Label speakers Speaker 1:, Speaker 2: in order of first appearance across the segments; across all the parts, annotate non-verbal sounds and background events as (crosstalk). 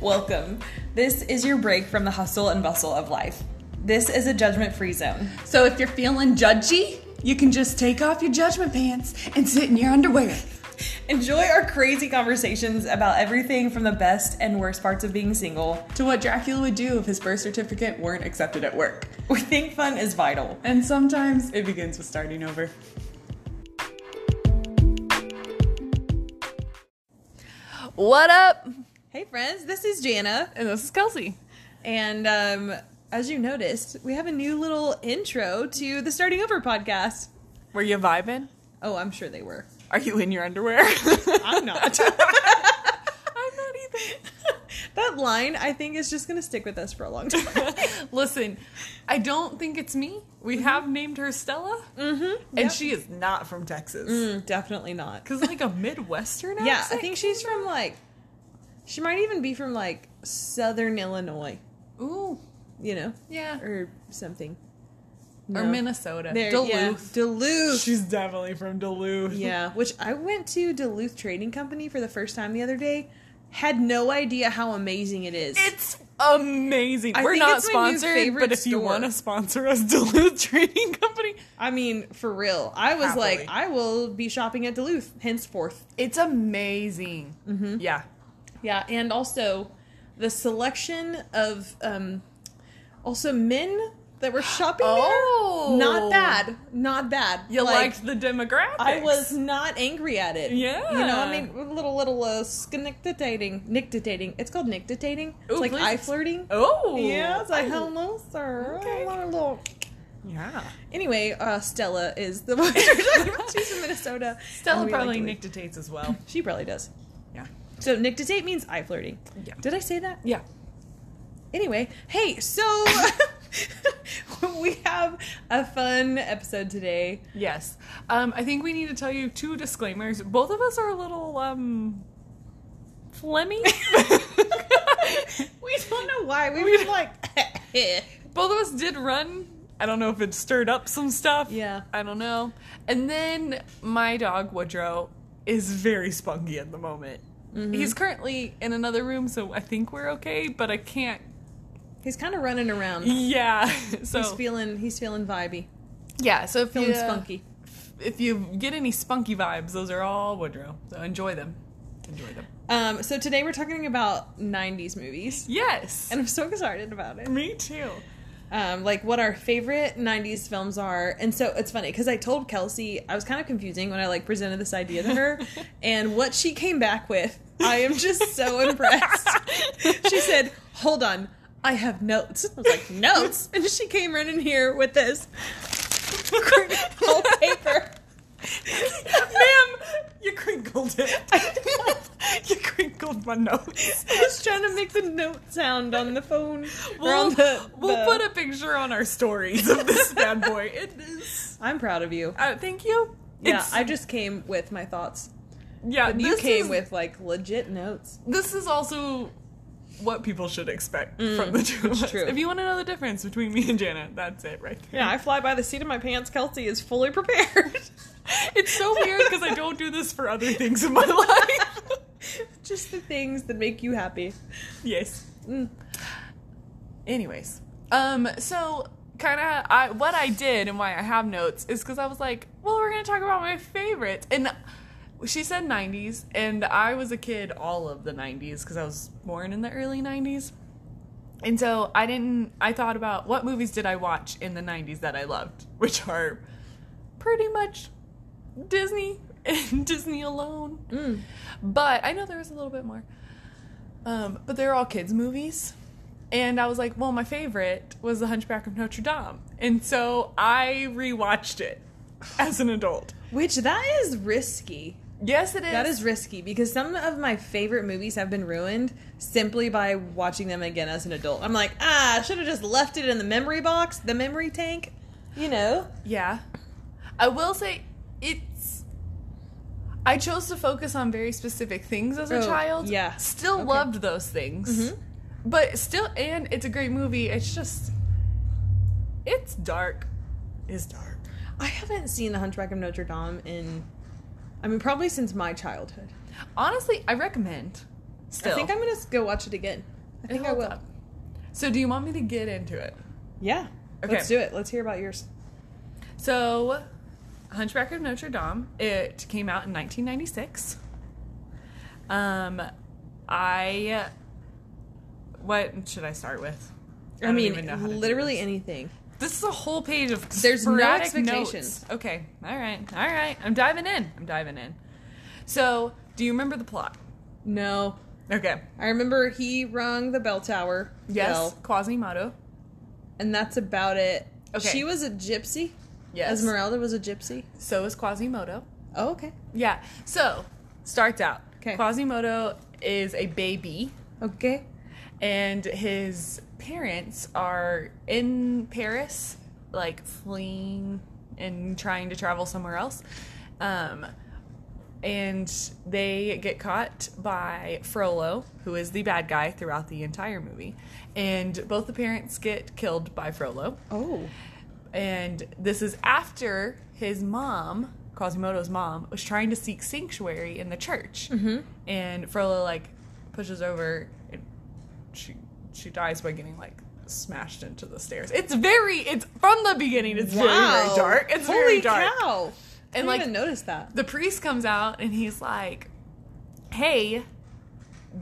Speaker 1: Welcome. This is your break from the hustle and bustle of life. This is a judgment free zone.
Speaker 2: So if you're feeling judgy, you can just take off your judgment pants and sit in your underwear.
Speaker 1: Enjoy our crazy conversations about everything from the best and worst parts of being single.
Speaker 2: To what Dracula would do if his birth certificate weren't accepted at work.
Speaker 1: We think fun is vital.
Speaker 2: And sometimes it begins with starting over.
Speaker 3: What up?
Speaker 1: Hey, friends, this is Jana.
Speaker 3: And this is Kelsey.
Speaker 1: And um, as you noticed, we have a new little intro to the Starting Over podcast.
Speaker 3: Were you vibing?
Speaker 1: Oh, I'm sure they were.
Speaker 3: Are you in your underwear?
Speaker 2: (laughs)
Speaker 1: I'm not.
Speaker 3: I'm not either.
Speaker 1: that line, I think, is just going to stick with us for a long (laughs) time.
Speaker 3: Listen, I don't think it's me.
Speaker 2: Mm-hmm.
Speaker 3: We have named her Stella, mm-hmm. and she is not from Texas.
Speaker 1: Mm, Definitely not.
Speaker 3: Because like a Midwestern
Speaker 1: Yeah, I
Speaker 3: accent?
Speaker 1: think she's from like, she might even be from like southern Illinois,
Speaker 3: Ooh,
Speaker 1: you know,
Speaker 3: yeah, or,
Speaker 1: or something.
Speaker 3: Minnesota,
Speaker 1: There-
Speaker 3: Duluth.
Speaker 1: yeah, Duluth.
Speaker 3: (laughs) She's definitely from Duluth.
Speaker 1: yeah, which I went to Duluth Trading Company for the first time the other day. Had no idea how amazing it is.
Speaker 3: It's amazing.
Speaker 1: I
Speaker 3: We're
Speaker 1: think
Speaker 3: not
Speaker 1: it's my new
Speaker 3: sponsored,
Speaker 1: favorite
Speaker 3: but if you
Speaker 1: store.
Speaker 3: want to sponsor us, (laughs) Duluth Trading Company,
Speaker 1: I mean, for real. I was
Speaker 3: Happily.
Speaker 1: like, I will be shopping at Duluth henceforth.
Speaker 3: it's amazing. Mm-hmm. Yeah,
Speaker 1: Yeah, and also the selection of um also men that were shopping
Speaker 3: Oh.
Speaker 1: there. Not bad. Not bad.
Speaker 3: you
Speaker 1: Like,
Speaker 3: liked the demographics.
Speaker 1: I was not angry at it.
Speaker 3: Yeah.
Speaker 1: You know, I mean a little little uh snictitating. Nictitating. It's called nictitating. It's
Speaker 3: Ooh,
Speaker 1: like
Speaker 3: please.
Speaker 1: eye flirting.
Speaker 3: Oh,
Speaker 1: Yeah, it's like hello sir.
Speaker 3: Okay.
Speaker 1: Hello.
Speaker 3: yeah.
Speaker 1: Anyway, uh, Stella is the (laughs) one. She's from Minnesota.
Speaker 3: Stella
Speaker 1: and we like
Speaker 3: probably
Speaker 1: to leave.
Speaker 3: nictitates as (laughs) well.
Speaker 1: She probably does.
Speaker 3: Yeah.
Speaker 1: So nictitate means eye flirting.
Speaker 3: Yeah.
Speaker 1: Did I say that?
Speaker 3: Yeah.
Speaker 1: Anyway, hey, so (laughs) we have a fun episode today.
Speaker 3: Yes. Um, I think we need to tell you two disclaimers. Both of us are a little (laughs) um phlegmy.
Speaker 1: (laughs) We don't know why. We
Speaker 3: We (laughs)
Speaker 1: were like, (laughs)
Speaker 3: Both of us did run. I don't know if it stirred up some stuff.
Speaker 1: Yeah.
Speaker 3: I don't know. And then my dog Woodrow is very spunky at the moment.
Speaker 1: Mm-hmm.
Speaker 3: He's currently in another room, so I think we're okay, but I can't
Speaker 1: he's kind of running around.
Speaker 3: Yeah. (laughs)
Speaker 1: He's
Speaker 3: So
Speaker 1: feeling, he's feeling vibey,
Speaker 3: yeah, so if
Speaker 1: feeling
Speaker 3: you
Speaker 1: spunky.
Speaker 3: if you get any spunky vibes, those are all Woodrow. So enjoy them. Enjoy them.
Speaker 1: Um, so today we're talking about '90s movies,
Speaker 3: Yes.
Speaker 1: and I'm so excited about it.
Speaker 3: me too.
Speaker 1: um, like what our favorite 90s films are and so it's funny because i told kelsey i was kind of confusing when i like presented this idea to
Speaker 3: (laughs)
Speaker 1: her and what she came back with i am just
Speaker 3: (laughs)
Speaker 1: so impressed she said hold on i have notes i was like notes and she came running here with this whole paper
Speaker 3: (laughs) Ma'am, you crinkled it. (laughs) you crinkled my nose.
Speaker 1: i was trying to make the note sound on the phone or
Speaker 3: We'll,
Speaker 1: on the,
Speaker 3: we'll
Speaker 1: the-
Speaker 3: put a picture on our stories
Speaker 1: (laughs)
Speaker 3: of this bad boy. It is.
Speaker 1: i'm proud of you
Speaker 3: Uh, thank you.
Speaker 1: yeah
Speaker 3: It's-
Speaker 1: i just came with my thoughts
Speaker 3: yeah.
Speaker 1: you
Speaker 3: this
Speaker 1: came
Speaker 3: is-
Speaker 1: with like legit notes
Speaker 3: this is also what people should expect from the two of
Speaker 1: Mm,
Speaker 3: us.
Speaker 1: true.
Speaker 3: If you want to know the difference between me and Janet, that's it right there.
Speaker 1: Yeah, I fly by the seat of my pants. Kelsey is fully prepared. (laughs)
Speaker 3: It's so weird because I don't do this for other things in my
Speaker 1: (laughs)
Speaker 3: life.
Speaker 1: Just the things that make you happy.
Speaker 3: yes.
Speaker 1: Mm.
Speaker 3: Anyways, um, so kind of I what I did and why I have notes is because I was like, well, we're gonna talk about my favorites, and she said '90s, and I was a kid all of the '90s because I was born in the early '90s, and so I didn't. I thought about what movies did I watch in the '90s that I loved, which are pretty much Disney (laughs) and Disney alone. But I know there was a little bit more. Um, but they're all kids' movies. And I was like, well, my favorite was The Hunchback of Notre Dame. And so I rewatched it (laughs) as an adult.
Speaker 1: Which that is risky.
Speaker 3: Yes, it is.
Speaker 1: That is risky because some of my favorite movies have been ruined simply by watching them again as an adult. I'm like, ah, I should have just left it in the memory box, the memory tank. You know?
Speaker 3: Yeah. I will say it's. I chose to focus on very specific things as a
Speaker 1: Oh,
Speaker 3: child.
Speaker 1: yeah.
Speaker 3: Still
Speaker 1: Okay. Mm-hmm.
Speaker 3: loved those things. But still, and it's a great movie. It's just. It's dark. It's dark.
Speaker 1: I haven't seen The Hunchback of Notre Dame in, I mean, probably since my childhood.
Speaker 3: Honestly, I recommend. Still,
Speaker 1: I think I'm gonna s- go watch it again. I
Speaker 3: It
Speaker 1: think I
Speaker 3: holds
Speaker 1: will.
Speaker 3: up. So, do you want me to get into it?
Speaker 1: Yeah.
Speaker 3: Okay.
Speaker 1: Let's do it. Let's hear about yours.
Speaker 3: So, Hunchback of Notre Dame. It came out in 1996. Um, I. What should I start with?
Speaker 1: I,
Speaker 3: don't
Speaker 1: mean,
Speaker 3: even know how to do
Speaker 1: literally anything.
Speaker 3: This is a whole page of
Speaker 1: There's no
Speaker 3: sporadic
Speaker 1: expectations.
Speaker 3: notes. Okay, all right, all right. I'm diving in. I'm diving in. So, do you remember the plot?
Speaker 1: No.
Speaker 3: Okay.
Speaker 1: I remember he rung the bell tower.
Speaker 3: Yes.
Speaker 1: bell,
Speaker 3: Quasimodo.
Speaker 1: and that's about it.
Speaker 3: Okay.
Speaker 1: She was a gypsy.
Speaker 3: Yes.
Speaker 1: Esmeralda was a gypsy.
Speaker 3: So is Quasimodo.
Speaker 1: Oh, okay.
Speaker 3: Yeah. So starts out.
Speaker 1: 'Kay.
Speaker 3: Quasimodo is a baby,
Speaker 1: Okay.
Speaker 3: and his parents are in Paris, like fleeing and trying to travel somewhere else. Um, and they get caught by Frollo, who is the bad guy throughout the entire movie. And both the parents get killed by Frollo.
Speaker 1: Oh.
Speaker 3: And this is after his mom, Quasimodo's mom, was trying to seek sanctuary in the church. Mm-hmm. And Frollo, like, pushes over and she, she dies by getting, like, smashed into the stairs. It's very, it's from the beginning, it's very, very dark. It's
Speaker 1: Holy
Speaker 3: very dark.
Speaker 1: cow. I
Speaker 3: And,
Speaker 1: didn't
Speaker 3: like-
Speaker 1: even notice that.
Speaker 3: The priest comes out and he's like, hey,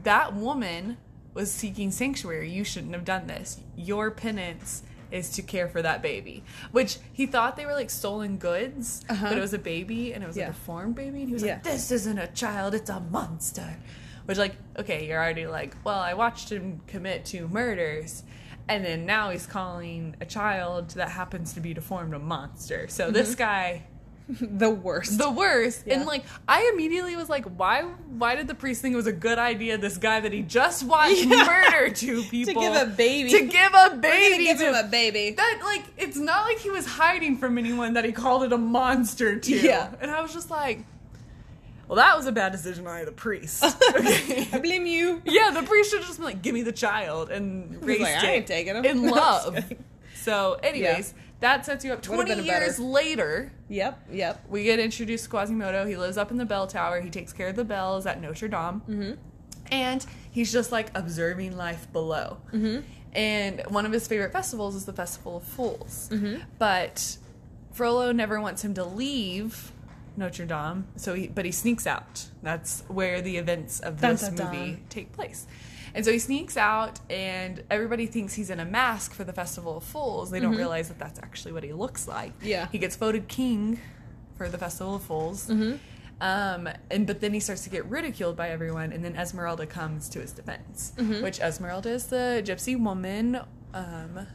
Speaker 3: that woman was seeking sanctuary. You shouldn't have done this. Your penance is to care for that baby. Which he thought they were like stolen goods,
Speaker 1: Uh-huh.
Speaker 3: but it was a baby and it was a
Speaker 1: Yeah.
Speaker 3: deformed baby. And he was
Speaker 1: Yeah.
Speaker 3: like, this isn't a child, it's a monster. Which, like, okay, you're already like, well, I watched him commit two murders. And then now he's calling a child that happens to be deformed a monster. So
Speaker 1: Mm-hmm.
Speaker 3: this guy
Speaker 1: The worst.
Speaker 3: (laughs) the worst.
Speaker 1: Yeah.
Speaker 3: And like, I immediately was like, why? Why did the priest think it was a good idea? This guy that he just
Speaker 1: (laughs)
Speaker 3: watched murder two
Speaker 1: to
Speaker 3: people
Speaker 1: give a baby.
Speaker 3: to give a
Speaker 1: We're gonna
Speaker 3: baby
Speaker 1: give
Speaker 3: to-
Speaker 1: him a baby.
Speaker 3: that like it's not like he was hiding from anyone that he called it a monster to.
Speaker 1: Yeah.
Speaker 3: And I was just like, well, that was a bad decision by
Speaker 1: (laughs)
Speaker 3: the priest. Okay.
Speaker 1: I blame
Speaker 3: (laughs)
Speaker 1: you.
Speaker 3: yeah, the priest should have just been like, give me the child and raise
Speaker 1: like,
Speaker 3: it
Speaker 1: "I ain't taking him." (laughs)
Speaker 3: in
Speaker 1: I'm just
Speaker 3: love.
Speaker 1: kidding.
Speaker 3: So, anyways, that sets you up.
Speaker 1: Would've
Speaker 3: Twenty
Speaker 1: been better.
Speaker 3: years later.
Speaker 1: Yep. Yep.
Speaker 3: We get introduced to Quasimodo. He lives up in the bell tower. He takes care of the bells at Notre Dame. Mm-hmm. And he's just like observing life below. Mm-hmm. And one of his favorite festivals is the Festival of Fools. Mm-hmm. But Frollo never wants him to leave Notre Dame, so he, but he sneaks out. That's where the events of
Speaker 1: Dun,
Speaker 3: this
Speaker 1: dun, dun.
Speaker 3: movie take place. And so he sneaks out, and everybody thinks he's in a mask for the Festival of Fools. They don't realize that that's actually what he looks like.
Speaker 1: Mm-hmm. Yeah.
Speaker 3: He gets voted king for the Festival of Fools. Um, and but then he starts to get ridiculed by everyone, and then Esmeralda comes to his defense, which Esmeralda is the gypsy woman, um,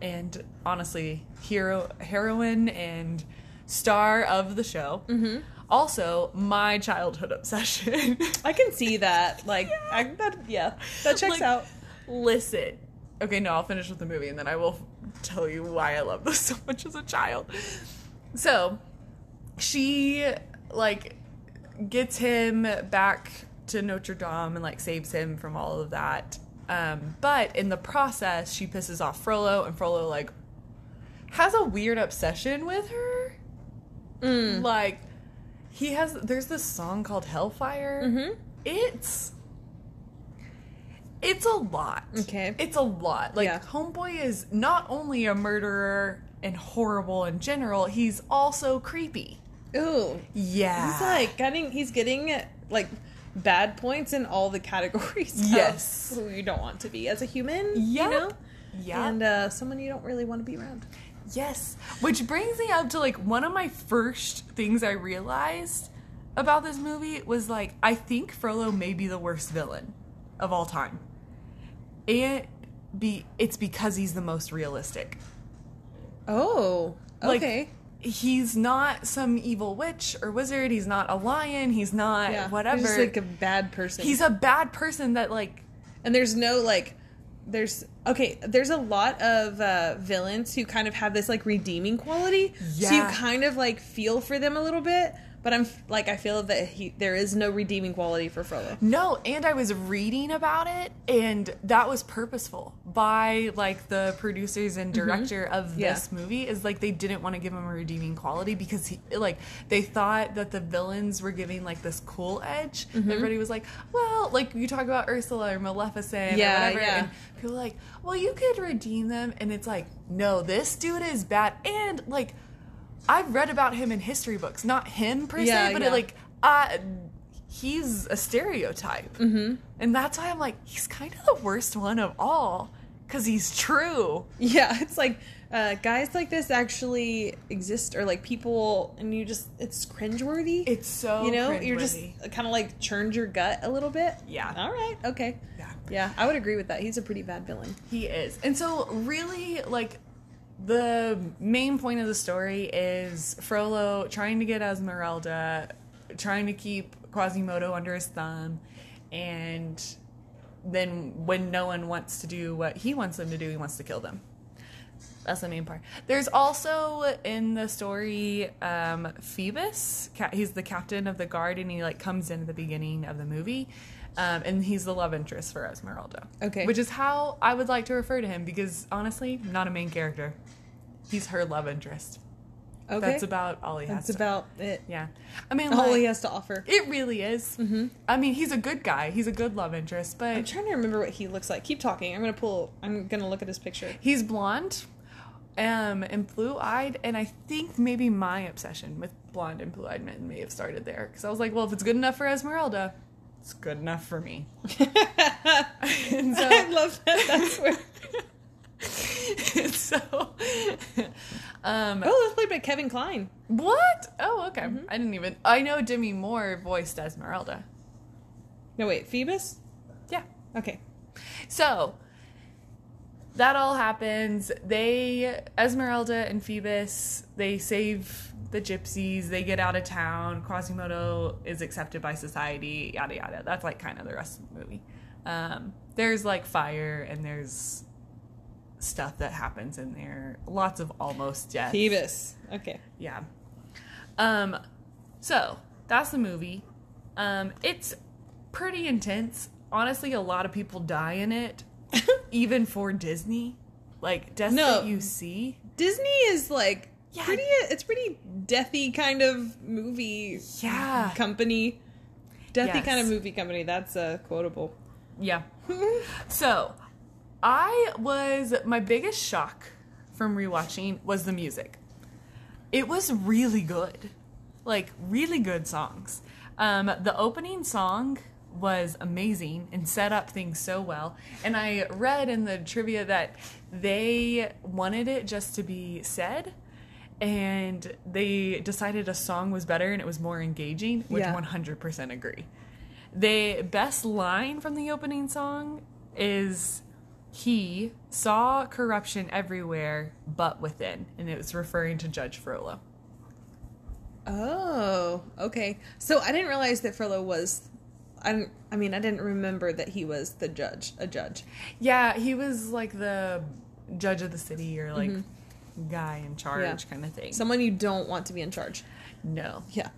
Speaker 3: and honestly, hero heroine and star of the show. Mm-hmm. Also, my childhood obsession. (laughs)
Speaker 1: I can see that. Like, I, that, yeah, that checks
Speaker 3: Like,
Speaker 1: out.
Speaker 3: Listen. Okay, no, I'll finish with the movie and then I will tell you why I love this (laughs) so much as a child. So, she like gets him back to Notre Dame and like saves him from all of that. Um, but in the process, she pisses off Frollo, and Frollo like has a weird obsession with her.
Speaker 1: Mm-hmm.
Speaker 3: Like he has. There's this song called Hellfire.
Speaker 1: Mm-hmm.
Speaker 3: It's it's a lot.
Speaker 1: Okay.
Speaker 3: It's a lot. Like
Speaker 1: Yeah.
Speaker 3: Homeboy is not only a murderer and horrible in general, he's also creepy.
Speaker 1: Ooh,
Speaker 3: Yeah.
Speaker 1: he's like getting. He's getting like bad points in all the (laughs) categories. of
Speaker 3: Yes.
Speaker 1: who you don't want to be as a human.
Speaker 3: Yep.
Speaker 1: You know.
Speaker 3: yeah.
Speaker 1: And uh, someone you don't really want to be around.
Speaker 3: yes. Which brings me up to like one of my first things I realized about this movie was like I think Frollo may be the worst villain of all time. It be it's because he's the most realistic.
Speaker 1: Oh.
Speaker 3: Like,
Speaker 1: Okay.
Speaker 3: He's not some evil witch or wizard. He's not a lion. He's not
Speaker 1: yeah.
Speaker 3: whatever.
Speaker 1: He's just like a bad person.
Speaker 3: he's a bad person that like
Speaker 1: and there's no like there's okay there's a lot of uh villains who kind of have this like redeeming quality so you
Speaker 3: Yeah.
Speaker 1: kind of like feel for them a little bit But I'm f- like I feel that he there is no redeeming quality for Frollo.
Speaker 3: No, and I was reading about it, and that was purposeful by like the producers and director of
Speaker 1: Mm-hmm. Yeah.
Speaker 3: this movie. Is like they didn't want to give him a redeeming quality because he like they thought that the villains were giving like this cool edge.
Speaker 1: Mm-hmm.
Speaker 3: Everybody was like, well, like you talk about Ursula or Maleficent
Speaker 1: Yeah,
Speaker 3: or whatever,
Speaker 1: yeah.
Speaker 3: and people are like, well, you could redeem them, and it's like, no, this dude is bad, and like. I've read about him in history books, not him per
Speaker 1: Yeah,
Speaker 3: se, but
Speaker 1: yeah.
Speaker 3: it, like uh, he's a stereotype, mm-hmm. and that's why I'm like he's kind of the worst one of all because he's true.
Speaker 1: (laughs) Yeah, it's like uh, guys like this actually exist, or like people, and you just it's cringeworthy.
Speaker 3: It's so
Speaker 1: you know you're just
Speaker 3: cringeworthy.
Speaker 1: kind of like churned your gut a little bit.
Speaker 3: Yeah.
Speaker 1: All right. Okay.
Speaker 3: Yeah.
Speaker 1: Yeah, I would agree with that. He's a pretty bad villain.
Speaker 3: He is. And so, really, like, the main point of the story is Frollo trying to get Esmeralda, trying to keep Quasimodo under his thumb, and then when no one wants to do what he wants them to do, he wants to kill them. That's the main part. There's also in the story um, Phoebus. Ca- he's the captain of the guard, and he like comes in at the beginning of the movie, um, and he's the love interest for Esmeralda.
Speaker 1: Okay.
Speaker 3: which is how I would like to refer to him because honestly, not a main character. He's her love interest.
Speaker 1: Okay.
Speaker 3: That's about all he
Speaker 1: That's
Speaker 3: has. to-
Speaker 1: about it.
Speaker 3: yeah. I mean,
Speaker 1: All
Speaker 3: like,
Speaker 1: he has to offer.
Speaker 3: It really is. Mm-hmm. I mean, he's a good guy. He's a good love interest,
Speaker 1: I'm
Speaker 3: but
Speaker 1: trying to remember what he looks like. Keep talking. I'm gonna pull. I'm gonna look at his
Speaker 3: (laughs)
Speaker 1: picture.
Speaker 3: he's blonde, um, and blue-eyed. And I think maybe my obsession with blonde and blue-eyed men may have started there because I was like, well, if it's good enough for Esmeralda, it's good enough for me. and so, (laughs)
Speaker 1: I love that. (laughs) That's where.
Speaker 3: and so, (laughs) um,
Speaker 1: Oh, that's played by Kevin Klein.
Speaker 3: what? Oh, okay. I didn't even. I know Demi Moore voiced Esmeralda.
Speaker 1: No, wait, Phoebus.
Speaker 3: Yeah.
Speaker 1: Okay.
Speaker 3: So that all happens. They Esmeralda and Phoebus they save the gypsies. They get out of town. Quasimodo is accepted by society. Yada yada. That's like kind of the rest of the movie. Um, there's like fire and there's stuff that happens in there. Lots of almost death.
Speaker 1: Phoebus. Okay.
Speaker 3: Yeah. Um, so that's the movie. Um, it's pretty intense. Honestly, a lot of people die in it, (laughs) even for Disney. Like deaths
Speaker 1: No.
Speaker 3: that you see.
Speaker 1: Disney is like
Speaker 3: Yeah.
Speaker 1: pretty. It's pretty deathy kind of movie
Speaker 3: Yeah.
Speaker 1: company. Deathy
Speaker 3: Ah. Yes.
Speaker 1: kind of movie company. That's uh,
Speaker 3: (laughs)
Speaker 1: quotable.
Speaker 3: Yeah. so, I was my biggest shock from rewatching was the music. It was really good. Like really good songs. Um, the opening song was amazing and set up things so well. And I read in the trivia that they wanted it just to be said and they decided a song was better and it was more engaging, which
Speaker 1: Yeah.
Speaker 3: 100% agree. The best line from the opening song is he saw corruption everywhere but within, and it was referring to Judge Frollo.
Speaker 1: Oh, okay. So I didn't realize that Furlough was. I, didn't- I mean, I didn't remember that he was the judge, a judge.
Speaker 3: Yeah, he was like the judge of the city or like guy in charge
Speaker 1: Mm-hmm. Yeah.
Speaker 3: kind of thing.
Speaker 1: Someone you don't want to be in charge.
Speaker 3: no.
Speaker 1: Yeah.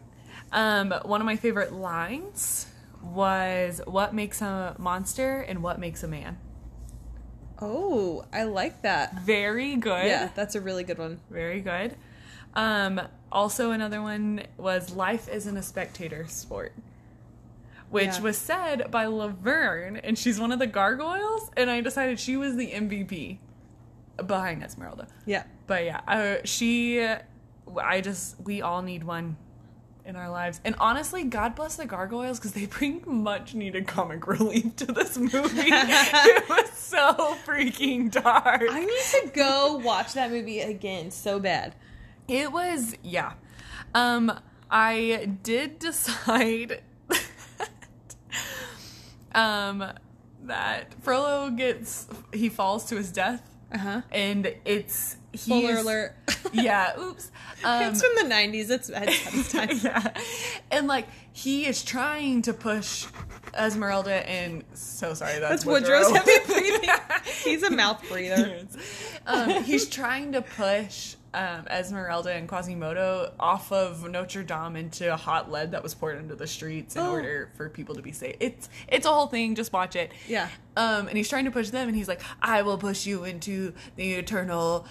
Speaker 3: Um, one of my favorite lines was what makes a monster and what makes a man.
Speaker 1: Oh, I like that.
Speaker 3: Very good.
Speaker 1: Yeah, that's a really good one.
Speaker 3: Very good. Um, also, another one was Life isn't a spectator sport, which
Speaker 1: Yeah.
Speaker 3: was said by Laverne, and she's one of the gargoyles, and I decided she was the MVP behind Esmeralda.
Speaker 1: Yeah.
Speaker 3: But yeah, uh, she, I just, we all need one in our lives. And honestly, God bless the gargoyles because they (laughs) bring much needed comic relief to this movie. it was so freaking dark.
Speaker 1: I need to go watch that movie again so bad.
Speaker 3: It was yeah. Um I did (laughs) decide um that Frollo gets he falls to his death
Speaker 1: Uh
Speaker 3: Uh-huh.
Speaker 1: huh.
Speaker 3: and it's he's,
Speaker 1: Spoiler alert.
Speaker 3: (laughs) Yeah, oops. Um,
Speaker 1: (laughs) it's from the 90s. It's, it's time.
Speaker 3: (laughs) yeah. And like he is trying to push Esmeralda and so sorry that's,
Speaker 1: That's Woodrow's
Speaker 3: (laughs) Woodrow.
Speaker 1: heavy breathing. He's a mouth breather.
Speaker 3: um, he's trying to push um, Esmeralda and Quasimodo off of Notre Dame into a hot lead that was poured into the streets in
Speaker 1: Oh.
Speaker 3: order for people to be safe. It's it's a whole thing. Just watch it.
Speaker 1: Yeah.
Speaker 3: Um, and he's trying to push them, and he's like, "I will push you into the eternal."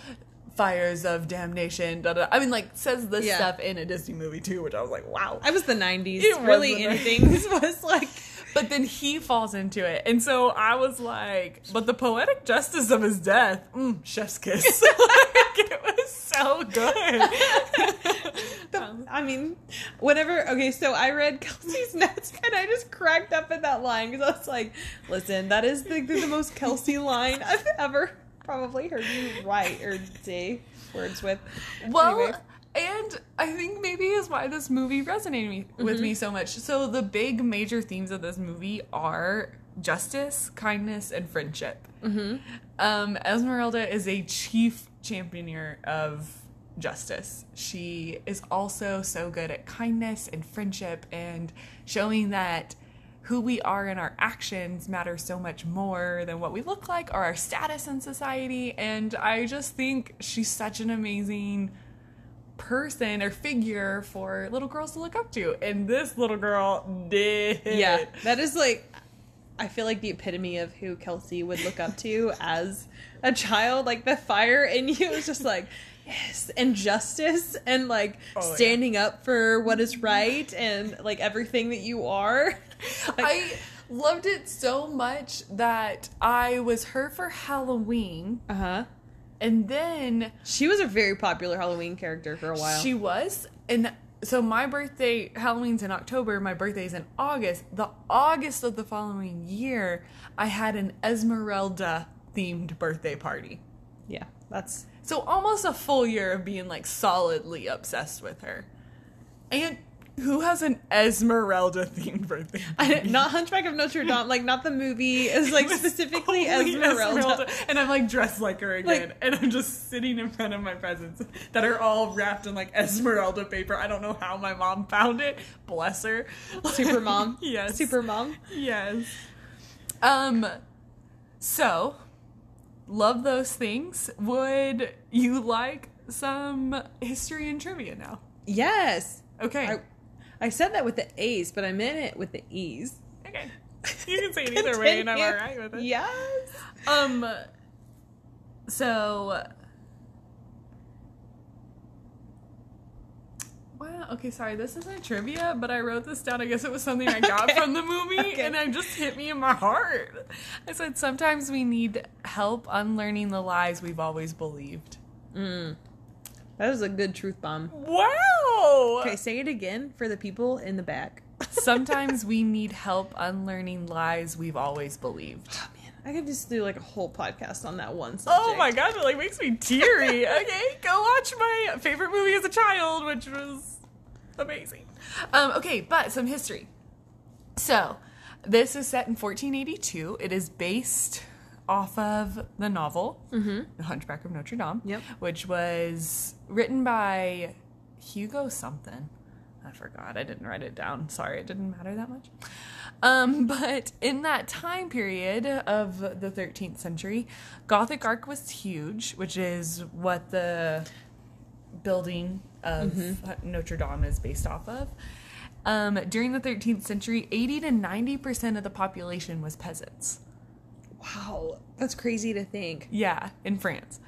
Speaker 3: Fires of damnation. Da, da. I mean, like says this
Speaker 1: Yeah.
Speaker 3: stuff in a Disney movie too, which I was like, wow.
Speaker 1: I was the 90s.
Speaker 3: It was
Speaker 1: really,
Speaker 3: the
Speaker 1: anything (laughs) was like.
Speaker 3: But then he falls into it. And so I was like, but the poetic justice of his death, mm, chef's kiss. (laughs) like, it was so good. Um,
Speaker 1: the- I mean, whatever. Okay, so I read Kelsey's (laughs) notes and I just cracked up at that line because I was like, listen, that is the, the most Kelsey line I've ever probably heard you write or say words with.
Speaker 3: well,
Speaker 1: Anyway.
Speaker 3: and I think maybe is why this movie resonated me, with me so much. So the big major themes of this movie are justice, kindness, and friendship. Um, Esmeralda is a chief championer of justice. She is also so good at kindness and friendship and showing that who we are and our actions matter so much more than what we look like or our status in society. And I just think she's such an amazing person or figure for little girls to look up to. And this little girl did.
Speaker 1: yeah, that is like, I feel like the epitome of who Kelsey would look up
Speaker 3: (laughs)
Speaker 1: to as a child. Like the fire in you is just like. Yes, and justice, and like
Speaker 3: Oh, yeah.
Speaker 1: standing up for what is right, and like everything that you
Speaker 3: (laughs)
Speaker 1: are. Like,
Speaker 3: I loved it so much that I was her for Halloween,
Speaker 1: uh huh.
Speaker 3: and then
Speaker 1: She was a very popular Halloween character for a while.
Speaker 3: she was, and so my birthday, Halloween's in October, my birthday's in August. The August of the following year, I had an Esmeralda themed birthday party.
Speaker 1: yeah, that's (laughs)
Speaker 3: So almost a full year of being like solidly obsessed with her. And who has an Esmeralda (laughs) themed birthday?
Speaker 1: I didn't- not Hunchback of Notre Dame, like not the movie.
Speaker 3: (laughs)
Speaker 1: It's like (laughs) specifically
Speaker 3: Only
Speaker 1: Esmeralda.
Speaker 3: And I'm like dressed like her again.
Speaker 1: Like-
Speaker 3: and I'm just sitting in front of my presents that are all wrapped in like Esmeralda paper. I don't know how my mom found it. Bless her. (laughs)
Speaker 1: Super mom.
Speaker 3: yes.
Speaker 1: Super mom.
Speaker 3: Yes. Um so love those things. Would you like some history and trivia now?
Speaker 1: Yes.
Speaker 3: Okay.
Speaker 1: I, I said that with the A's, but I meant it with the E's.
Speaker 3: okay. You can say
Speaker 1: (laughs)
Speaker 3: it either way and I'm
Speaker 1: Continue.
Speaker 3: alright with it.
Speaker 1: Yes.
Speaker 3: Um. So. Well, okay, sorry, this isn't trivia, but I wrote this down. I guess it was something I got
Speaker 1: Okay.
Speaker 3: from the
Speaker 1: (laughs)
Speaker 3: movie,
Speaker 1: Okay.
Speaker 3: and it just hit me in my heart. I said, sometimes we need help unlearning the lies we've always believed.
Speaker 1: That was a good truth bomb.
Speaker 3: Wow!
Speaker 1: Okay, say it again for the people in the back.
Speaker 3: (laughs)
Speaker 1: (laughs)
Speaker 3: sometimes we need help unlearning lies we've always believed.
Speaker 1: Oh, man, I could just do like a whole podcast on that one subject.
Speaker 3: Oh my gosh, it like makes me teary. okay, go watch my favorite movie as a child, which was amazing. Um, okay, but some history. So, this is set in 1482. It is based off of the novel The Hunchback of Notre Dame,
Speaker 1: Yep.
Speaker 3: which was written by Hugo something. I forgot. I didn't write it down. Sorry, it didn't matter that much. Um, (laughs) but in that time period of the 13th century, Gothic art was huge, which is what the building of Notre Dame is based off of. Um, during the 13th century, 80 to 90% of the population was peasants.
Speaker 1: Wow. That's crazy to think.
Speaker 3: Yeah, in France.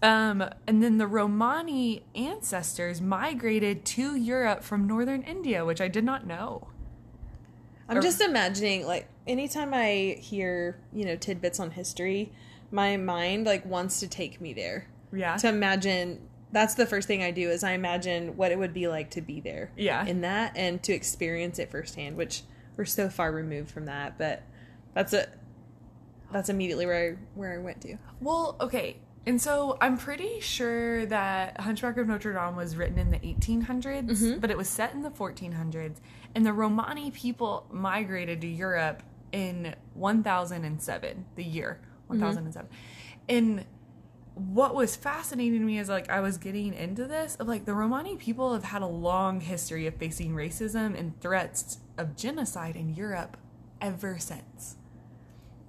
Speaker 3: Um, and then the Romani ancestors migrated to Europe from northern India, which I did not know.
Speaker 1: I'm
Speaker 3: Or-
Speaker 1: just imagining, like, anytime I hear, you know, tidbits on history, my mind, like, wants to take me there.
Speaker 3: Yeah.
Speaker 1: To imagine, that's the first thing I do is I imagine what it would be like to be there.
Speaker 3: Yeah.
Speaker 1: In that and to experience it firsthand, which we're so far removed from that, but that's a, that's immediately where I, where I went to.
Speaker 3: Well, okay. And so I'm pretty sure that Hunchback of Notre Dame was written in the 1800s, but it was set in the 1400s. And the Romani people migrated to Europe in 1007, the year 1007. And what was fascinating to me is like I was getting into this of like the Romani people have had a long history of facing racism and threats of genocide in Europe ever since.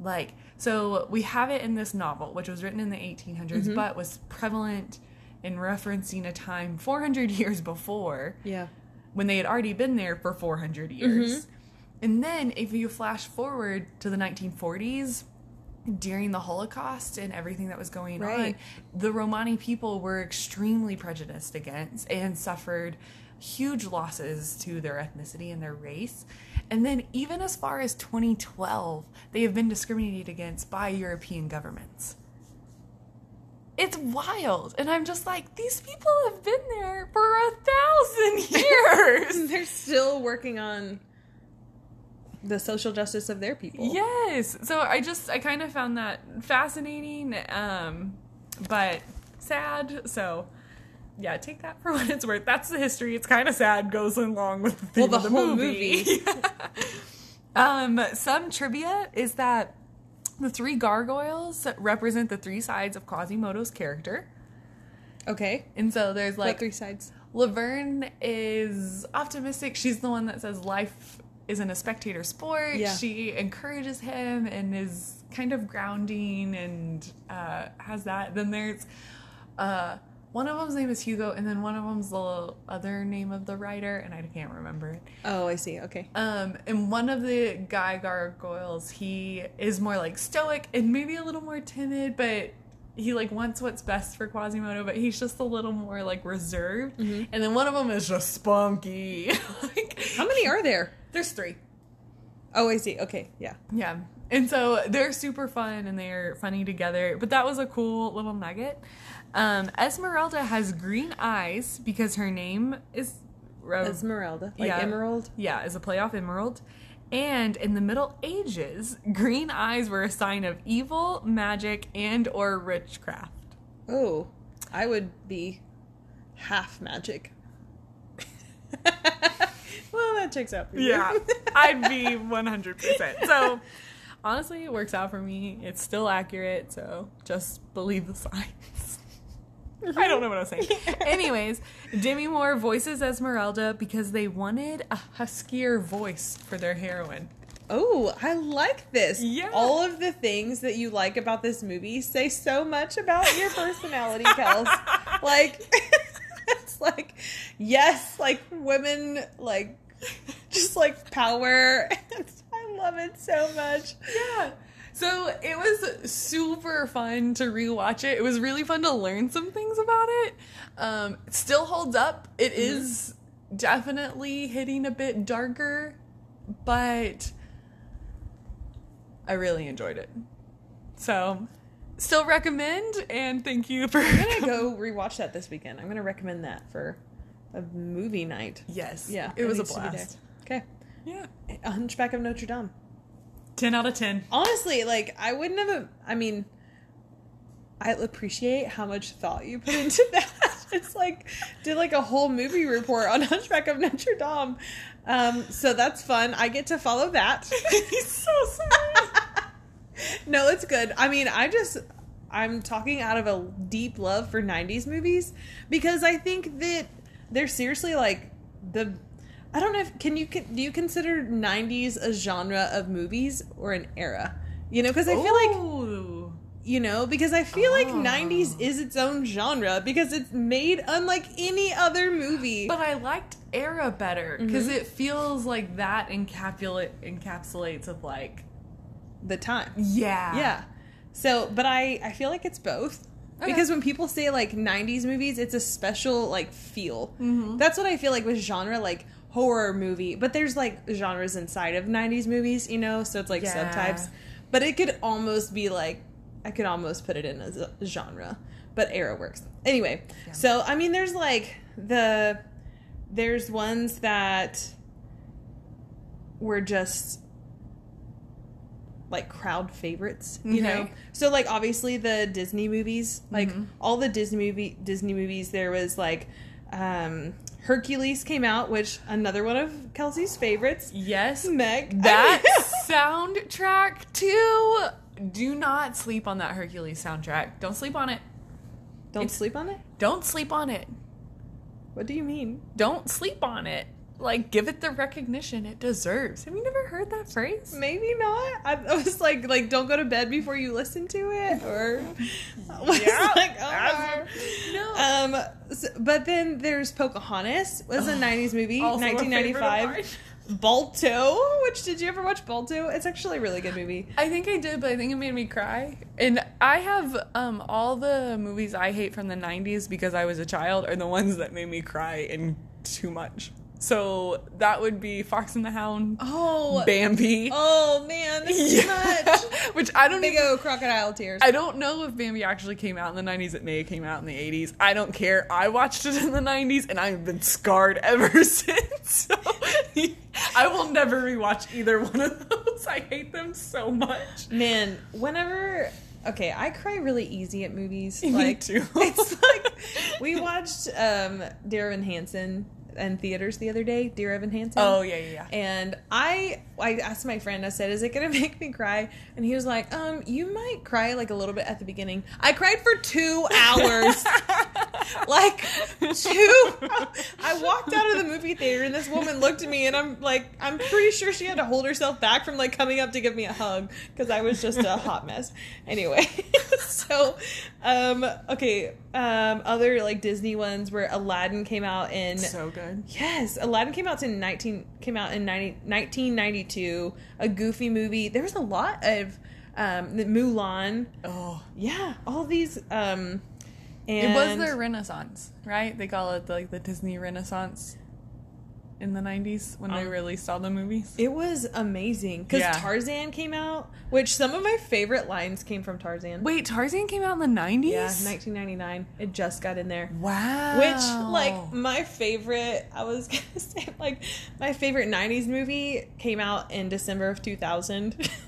Speaker 3: Like, so we have it in this novel, which was written in the 1800s, but was prevalent and referencing a time 400 years before
Speaker 1: Yeah.
Speaker 3: when they had already been there for 400 years. And then if you flash forward to the 1940s, during the Holocaust and everything that was going
Speaker 1: Right.
Speaker 3: on, the Romani people were extremely prejudiced against and suffered huge losses to their ethnicity and their race. And then, even as far as 2012, they have been discriminated against by European governments. It's wild. And I'm just like, these people have been there for a thousand
Speaker 1: (clears throat)
Speaker 3: years.
Speaker 1: They're still working on the social justice of their people.
Speaker 3: Yes. So I just I kind of found that fascinating, um, but sad. So yeah, take that for (laughs) what it's worth. That's the history. It's kind of sad. Goes along with the
Speaker 1: Well,
Speaker 3: theme
Speaker 1: the
Speaker 3: of the
Speaker 1: whole
Speaker 3: (laughs) movie. um, some trivia is that the three gargoyles represent the three sides of Quasimodo's character,
Speaker 1: Okay.
Speaker 3: and so there's
Speaker 1: Like
Speaker 3: like
Speaker 1: three sides.
Speaker 3: Laverne is optimistic. She's the one that says life isn't a spectator sport.
Speaker 1: Yeah.
Speaker 3: She encourages him and is kind of grounding and uh, has that. Then there's uh, one of them's name is Hugo, and then one of them's the other name of the writer, and I can't remember it.
Speaker 1: Oh, I see. Okay.
Speaker 3: Um, and one of the guy gargoyles, he is more like stoic and maybe a little more timid, but he like wants what's best for Quasimodo, but he's just a little more like reserved. And then one of them is just spunky. (laughs) like,
Speaker 1: How many are there?
Speaker 3: There's three.
Speaker 1: Oh, I see. Okay. Yeah.
Speaker 3: Yeah. And so they're super fun and they're funny together. But that was a cool little nugget. Um, Esmeralda has green eyes because her name is
Speaker 1: Esmeralda. Like
Speaker 3: Um, Yeah.
Speaker 1: emerald.
Speaker 3: Yeah, as a playoff emerald. And in the Middle Ages, (laughs) green eyes were a sign of evil, magic, and or witchcraft.
Speaker 1: Oh, I would be half magic. (laughs) well, that checks out for you.
Speaker 3: (laughs) I'd be 100%. So, honestly, it works out for me. It's still accurate, so just believe the signs. I don't know what I was saying. Anyways, Demi Moore voices Esmeralda because they wanted a huskier voice for their heroine.
Speaker 1: Oh, I like this.
Speaker 3: Yeah.
Speaker 1: All of the things that you like about this movie say so much about your
Speaker 3: (laughs)
Speaker 1: personality, Kels. Like, (laughs) it's like, yes, like women, like, just like power. (laughs) I love it so much.
Speaker 3: Yeah. So it was super fun to rewatch it. It was really fun to learn some things about it. Um, it still holds up. It
Speaker 1: Mm-hmm.
Speaker 3: is definitely hitting a bit darker, but I really enjoyed it. So, still recommend and thank you for.
Speaker 1: I'm gonna go rewatch that this weekend. I'm gonna recommend that for a movie night.
Speaker 3: (laughs) Yes.
Speaker 1: Yeah,
Speaker 3: It was a
Speaker 1: needs to be
Speaker 3: blast.
Speaker 1: there.
Speaker 3: Yeah.
Speaker 1: Okay, A Hunchback of Notre Dame.
Speaker 3: 10 out of 10.
Speaker 1: Honestly, like I wouldn't have. I mean, I appreciate how much thought you put into (laughs) that. it's like did like a whole movie report on (laughs) Hunchback of Notre Dame. Um, so that's fun. I get to follow that.
Speaker 3: (laughs) He's so sad.
Speaker 1: (laughs) no, it's good. I mean, I just I'm talking out of a deep love for 90s movies because I think that they're seriously like the I don't know if can you can, do you consider 90s a genre of movies or an era? You know, cuz I feel
Speaker 3: Oh.
Speaker 1: like
Speaker 3: Ooh.
Speaker 1: you know because i feel like 90s is its own genre because it's made unlike any other movie
Speaker 3: But I liked Era better because it feels like that encapsulate encapsulates of like
Speaker 1: the time
Speaker 3: yeah
Speaker 1: yeah so but i i feel like it's both
Speaker 3: Okay.
Speaker 1: because when people say like 90s movies it's a special like feel
Speaker 3: Mm-hmm.
Speaker 1: that's what i feel like with genre like horror movie but there's like genres inside of 90s movies you know so it's like
Speaker 3: Yeah.
Speaker 1: subtypes but it could almost be like i could almost put it in as a genre but era works anyway so i mean there's like the there's ones that were just like crowd favorites, you know.
Speaker 3: Okay.
Speaker 1: So like obviously the Disney movies, like
Speaker 3: Mm-hmm.
Speaker 1: all the Disney movie Disney movies, there was like um Hercules came out, which another one of Kelsey's favorites.
Speaker 3: (laughs) yes
Speaker 1: Meg, I
Speaker 3: that
Speaker 1: mean-
Speaker 3: soundtrack too. Do not sleep on that Hercules soundtrack. Don't sleep on it.
Speaker 1: (laughs) don't
Speaker 3: it's-
Speaker 1: sleep on it.
Speaker 3: Don't sleep on it.
Speaker 1: What do you mean?
Speaker 3: Don't sleep on it. like give it the recognition it deserves. Have you never heard that phrase?
Speaker 1: Maybe not. I, I was like, like don't go to bed before you listen to it,
Speaker 3: (laughs)
Speaker 1: or (laughs) I was
Speaker 3: Yeah,
Speaker 1: like, oh
Speaker 3: that's-
Speaker 1: my.
Speaker 3: no.
Speaker 1: Um, s- but then there's Pocahontas was a '90s movie,
Speaker 3: Also a favorite of
Speaker 1: 1995.
Speaker 3: mine.
Speaker 1: Balto, which did you ever watch Balto? It's actually a really good movie.
Speaker 3: I think I did, but I think it made me cry. And I have um, all the movies I hate from the 90s because I was a child are the ones that made me cry in too much. So that would be Fox and the Hound,
Speaker 1: Oh,
Speaker 3: Bambi.
Speaker 1: oh man, this
Speaker 3: (laughs)
Speaker 1: is too much.
Speaker 3: Which I don't
Speaker 1: Big
Speaker 3: even.
Speaker 1: O crocodile tears.
Speaker 3: I don't know if Bambi actually came out in the 90s. It may have came out in the 80s. I don't care. I watched it in the 90s and I've been scarred ever (laughs) since. So I will never rewatch either one of those. I hate them so much.
Speaker 1: Man, whenever okay, I cry really easy at movies.
Speaker 3: (laughs) Me
Speaker 1: like
Speaker 3: too.
Speaker 1: (laughs) it's like we watched um Dear Evan Hansen in theaters the other day, Dear Evan Hansen.
Speaker 3: Oh, yeah, yeah, yeah.
Speaker 1: And I I asked my friend, I said, Is it gonna (laughs) make me cry? And he was like, Um, you might cry like a little bit at the beginning. I cried for
Speaker 3: (laughs)
Speaker 1: two hours. like two (laughs) I walked out of the movie theater and this woman looked at me and I'm like I'm pretty sure she had to hold herself back from like coming up to give me a hug because I was just a hot mess. Anyway, (laughs) so um okay, um other like Disney ones where Aladdin came out in
Speaker 3: So good.
Speaker 1: Yes, Aladdin came out in 19 came out in 90, 1992, a goofy movie. There was a lot of um the Mulan.
Speaker 3: Oh.
Speaker 1: Yeah, all these um and
Speaker 3: It was their renaissance, right? They call it like the Disney Renaissance in the 90s when they
Speaker 1: Um,
Speaker 3: released all the movies.
Speaker 1: It was amazing because
Speaker 3: Yeah.
Speaker 1: Tarzan came out, which some of my favorite lines came from Tarzan.
Speaker 3: Wait, Tarzan came out in the 90s?
Speaker 1: yeah, 1999. It just got in there.
Speaker 3: Wow.
Speaker 1: Which, like, my favorite, I was (laughs) gonna say, like, my favorite 90s movie came out in December of 2000. (laughs)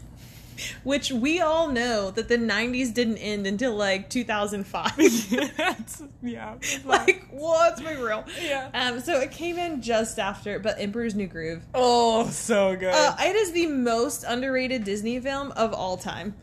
Speaker 1: Which we all know that the 90s didn't end until like (laughs) 2005.
Speaker 3: (laughs) That's- (laughs) yeah.
Speaker 1: like, what's my real?
Speaker 3: Yeah.
Speaker 1: Um, so it came in just after, but Emperor's New Groove.
Speaker 3: oh, so good.
Speaker 1: Uh, it is the most underrated Disney film of all time.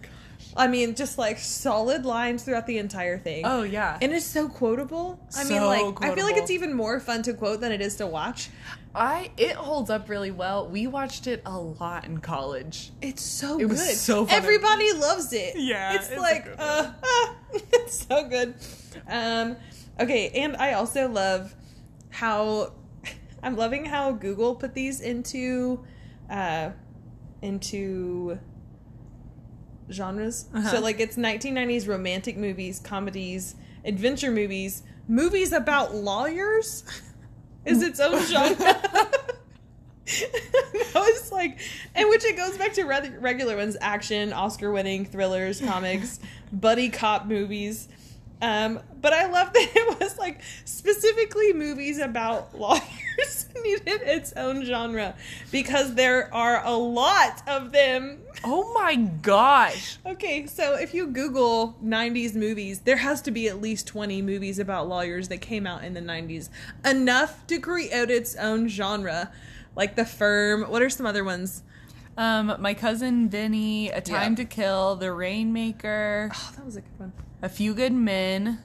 Speaker 1: I mean, just like solid lines throughout the entire thing.
Speaker 3: oh, yeah.
Speaker 1: And it's so quotable. I mean,
Speaker 3: So
Speaker 1: like, I feel like
Speaker 3: quotable.
Speaker 1: it's even more fun to quote than it is to watch.
Speaker 3: I it holds up really well. We watched it a lot in college.
Speaker 1: It's so
Speaker 3: It
Speaker 1: good.
Speaker 3: was so fun.
Speaker 1: Everybody loves it.
Speaker 3: Yeah,
Speaker 1: It's,
Speaker 3: it's a
Speaker 1: like,
Speaker 3: good one.
Speaker 1: uh, (laughs) ah, it's so good. Um, okay. And I also love how, (laughs) I'm loving how Google put these into, uh, into genres. So
Speaker 3: Uh-huh.
Speaker 1: like it's 1990s romantic movies, comedies, adventure movies, movies about
Speaker 3: (laughs)
Speaker 1: lawyers is its own genre. (laughs) I was like, and which it goes back to re- regular ones, action, Oscar-winning thrillers, comics, buddy cop movies. Um, but I love (laughs) that it was like specifically movies about (laughs) lawyers needed its own genre because there are a lot of them. (laughs)
Speaker 3: Oh my gosh.
Speaker 1: Okay, so if you Google 90s movies, there has to be at least 20 movies about lawyers that came out in the 90s. Enough to create its own genre. Like The Firm. What are some other ones?
Speaker 3: Um my cousin Vinny, A Time to Kill, The Rainmaker.
Speaker 1: Oh, that was a good one.
Speaker 3: A Few Good Men.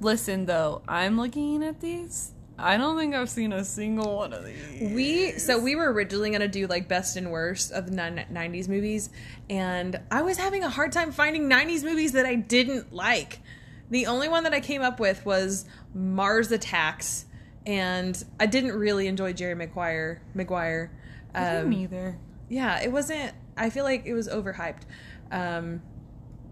Speaker 3: Listen, though, I'm looking at these. I don't think I've seen a single one of these.
Speaker 1: We so we were originally gonna do like best and worst of the nin- 90s movies, and I was having a hard time finding 90s movies that I didn't like. The only one that I came up with was Mars Attacks, and I didn't really enjoy Jerry Maguire. Maguire, um,
Speaker 3: neither.
Speaker 1: yeah, it wasn't. I feel like it was overhyped, um,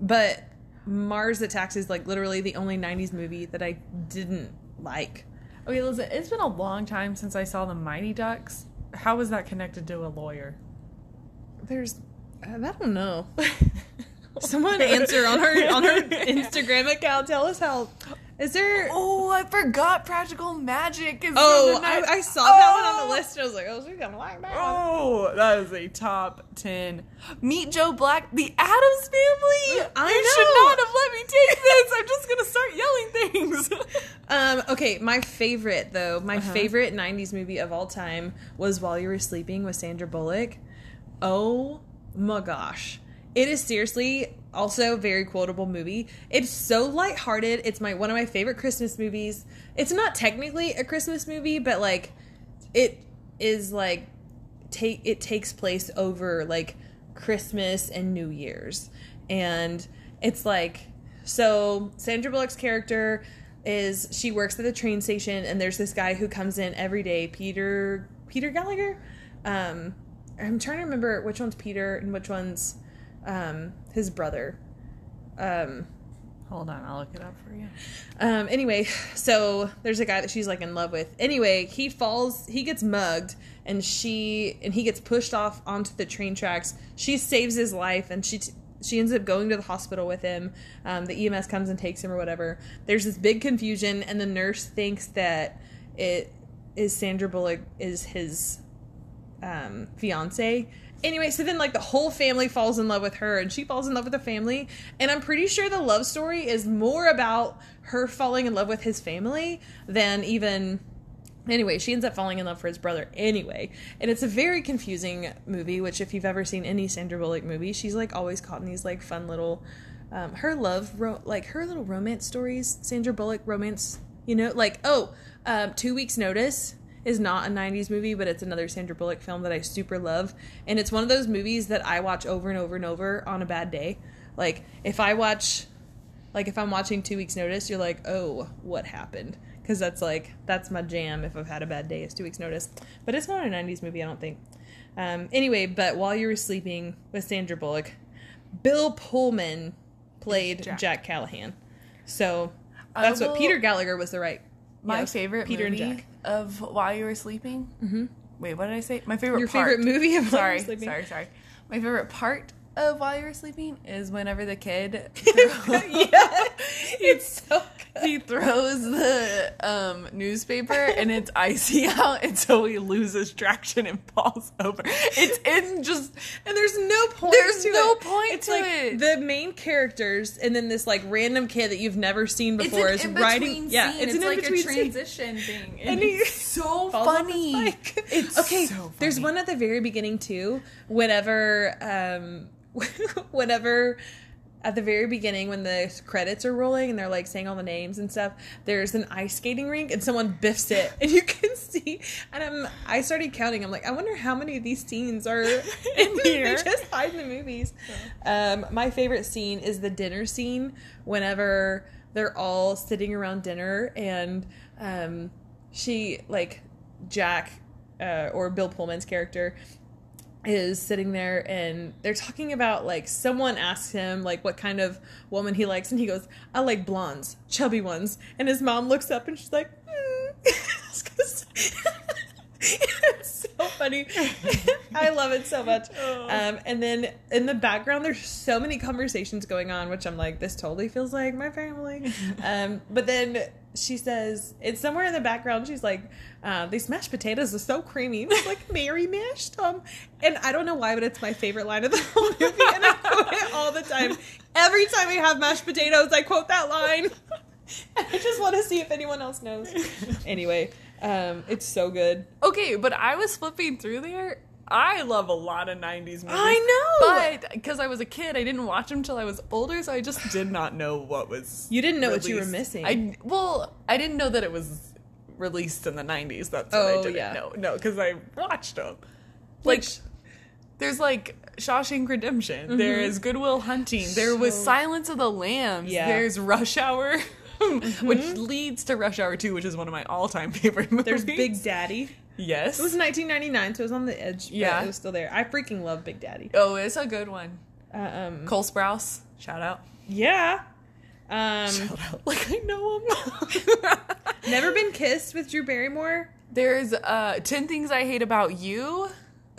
Speaker 1: but Mars Attacks is like literally the only 90s movie that I didn't like.
Speaker 3: Okay, listen, it's been a long time since I saw the Mighty Ducks. How is that connected to a (laughs) lawyer?
Speaker 1: There's, I don't know. (laughs) Someone
Speaker 3: (laughs)
Speaker 1: answer on her on her Instagram account. Tell us how. Is there? Oh,
Speaker 3: Oh, I forgot Practical Magic. Is from the
Speaker 1: I,
Speaker 3: night-
Speaker 1: I saw that one on
Speaker 3: Oh!
Speaker 1: the list. and I was like, oh, she's gonna like that. one.
Speaker 3: Oh, that is a top ten. Meet Joe Black, the Adams Family.
Speaker 1: I
Speaker 3: you
Speaker 1: know.
Speaker 3: should not have let me take this. I'm just gonna start yelling things.
Speaker 1: (laughs) Um, okay, my favorite though, my
Speaker 3: Uh-huh.
Speaker 1: favorite '90s movie of all time was While You Were Sleeping with Sandra Bullock. Oh my gosh, it is seriously also a very quotable movie. It's so lighthearted. It's my one of my favorite Christmas movies. It's not technically a Christmas movie, but like it is like take it takes place over like Christmas and New Year's, and it's like so Sandra Bullock's character is she works at the train station, and there's this guy who comes in every day, Peter Peter Gallagher. Um, I'm trying to remember which one's Peter and which one's um, his brother. Um,
Speaker 3: Hold on, I'll look it up for you.
Speaker 1: um, anyway, so there's a guy that she's like in love with. Anyway, he falls, he gets mugged, and she and he gets pushed off onto the train tracks. She saves his life, and she t- she ends up going to the hospital with him. Um, the EMS comes and takes him or whatever. There's this big confusion, and the nurse thinks that it is Sandra Bullock is his um, fiance. Anyway, so then like the whole family falls in love with her and she falls in love with the family. And I'm pretty sure the love story is more about her falling in love with his family than even. Anyway, she ends up falling in love for his brother anyway. And it's a very confusing movie, which if you've ever seen any Sandra Bullock movie, she's like always caught in these like fun little. Um, her love, ro- like her little romance stories, Sandra Bullock romance, you know, like, oh, um, Two Weeks Notice is not a 90s movie, but it's another Sandra Bullock film that I super love. And it's one of those movies that I watch over and over and over on a bad day. Like, if I watch, like, if I'm watching Two Weeks Notice, you're like, oh, what happened? Because that's like, that's my jam if I've had a bad day, is Two Weeks Notice. But it's not a 90s movie, I don't think. Um, anyway, but While You Were Sleeping with Sandra Bullock, Bill Pullman played Jack.
Speaker 3: Jack.
Speaker 1: Callahan. So
Speaker 3: I
Speaker 1: that's
Speaker 3: will-
Speaker 1: what Peter Gallagher was the (laughs) right.
Speaker 3: My
Speaker 1: yes,
Speaker 3: favorite
Speaker 1: Peter and
Speaker 3: movie
Speaker 1: Jack.
Speaker 3: of While You Were Sleeping. Mm-hmm. Wait, what did I say? My favorite
Speaker 1: Your
Speaker 3: part.
Speaker 1: favorite movie of While You Were
Speaker 3: sorry,
Speaker 1: Sleeping?
Speaker 3: sorry, sorry. My favorite part of While You Were Sleeping is whenever the
Speaker 1: (laughs)
Speaker 3: kid
Speaker 1: yeah, (laughs) it's so good.
Speaker 3: (laughs) he throws the um, newspaper and it's icy (laughs) out, and so he loses traction and falls (laughs) over. It's in just
Speaker 1: And there's no point.
Speaker 3: There's
Speaker 1: to
Speaker 3: no
Speaker 1: it.
Speaker 3: point
Speaker 1: it's
Speaker 3: to
Speaker 1: like
Speaker 3: it.
Speaker 1: The main characters, and then this like random kid that you've never seen
Speaker 3: it's
Speaker 1: before
Speaker 3: an
Speaker 1: is
Speaker 3: in-between
Speaker 1: riding. Yeah,
Speaker 3: scene.
Speaker 1: it's, an
Speaker 3: like
Speaker 1: in-between
Speaker 3: a
Speaker 1: scene.
Speaker 3: transition thing, and,
Speaker 1: And he
Speaker 3: it's so
Speaker 1: falls off his
Speaker 3: funny.
Speaker 1: bike.
Speaker 3: (laughs) It's
Speaker 1: okay.
Speaker 3: so
Speaker 1: There's
Speaker 3: funny.
Speaker 1: one at the very beginning too. Whenever, um, (laughs) whenever. At the very beginning, when the credits are rolling and they're like saying all the names and stuff, there's an ice skating rink and someone biffs it, (laughs) and you can see. And I'm, I started counting. I'm like, I wonder how many of these scenes
Speaker 3: (laughs)
Speaker 1: are in
Speaker 3: here.
Speaker 1: They just hide in the movies. Um, my favorite scene is the dinner scene. Whenever they're all sitting around dinner and um, she like Jack uh, or Bill Pullman's character is sitting there and they're talking about like someone asks him like what kind of woman he likes and he goes I like blondes, chubby ones, and his mom looks up and she's like. "Hmm." (laughs) It's 'cause- (laughs) it's so funny. (laughs) I love it so much.
Speaker 3: Oh.
Speaker 1: Um, and then in the background, there's so many conversations going on, which I'm like, this totally feels like my family. um, but then she says, it's somewhere in the background, she's like, uh, these mashed potatoes are so creamy. It's like, Mary mashed them. And I don't know why, but it's my favorite line of the (laughs) whole movie. And I quote it all the time. Every time we have mashed potatoes, I quote that line. (laughs) I just want to see if anyone else knows. Anyway, um, it's so good.
Speaker 3: Okay, but I was flipping through there. I love a lot of 90s movies.
Speaker 1: I know!
Speaker 3: But because I was a kid, I didn't watch them till I was older, so I just did not know what was.
Speaker 1: You didn't know what you were
Speaker 3: released.
Speaker 1: missing.
Speaker 3: I well, I didn't know that it was released in the 90s. That's what I
Speaker 1: Oh,
Speaker 3: didn't
Speaker 1: yeah.
Speaker 3: know. No, because I watched them. Like
Speaker 1: Which- Mm-hmm.
Speaker 3: there's like Shawshank Redemption. There is Goodwill Hunting. There was
Speaker 1: So-
Speaker 3: Silence of the Lambs.
Speaker 1: Yeah. Mm-hmm.
Speaker 3: There's Rush Hour. (laughs) Which leads to Rush Hour 2, which is one of my all-time favorite movies.
Speaker 1: There's Big Daddy.
Speaker 3: Yes.
Speaker 1: It was 1999, so it was on the edge. but
Speaker 3: Yeah.
Speaker 1: it was still there. I freaking love Big Daddy.
Speaker 3: Oh, it's a good one.
Speaker 1: Uh, um,
Speaker 3: Cole Sprouse, shout out.
Speaker 1: yeah. Um,
Speaker 3: Shout out. (laughs) Like I know him.
Speaker 1: (laughs) never been kissed with Drew Barrymore.
Speaker 3: There's uh Ten Things I Hate About You.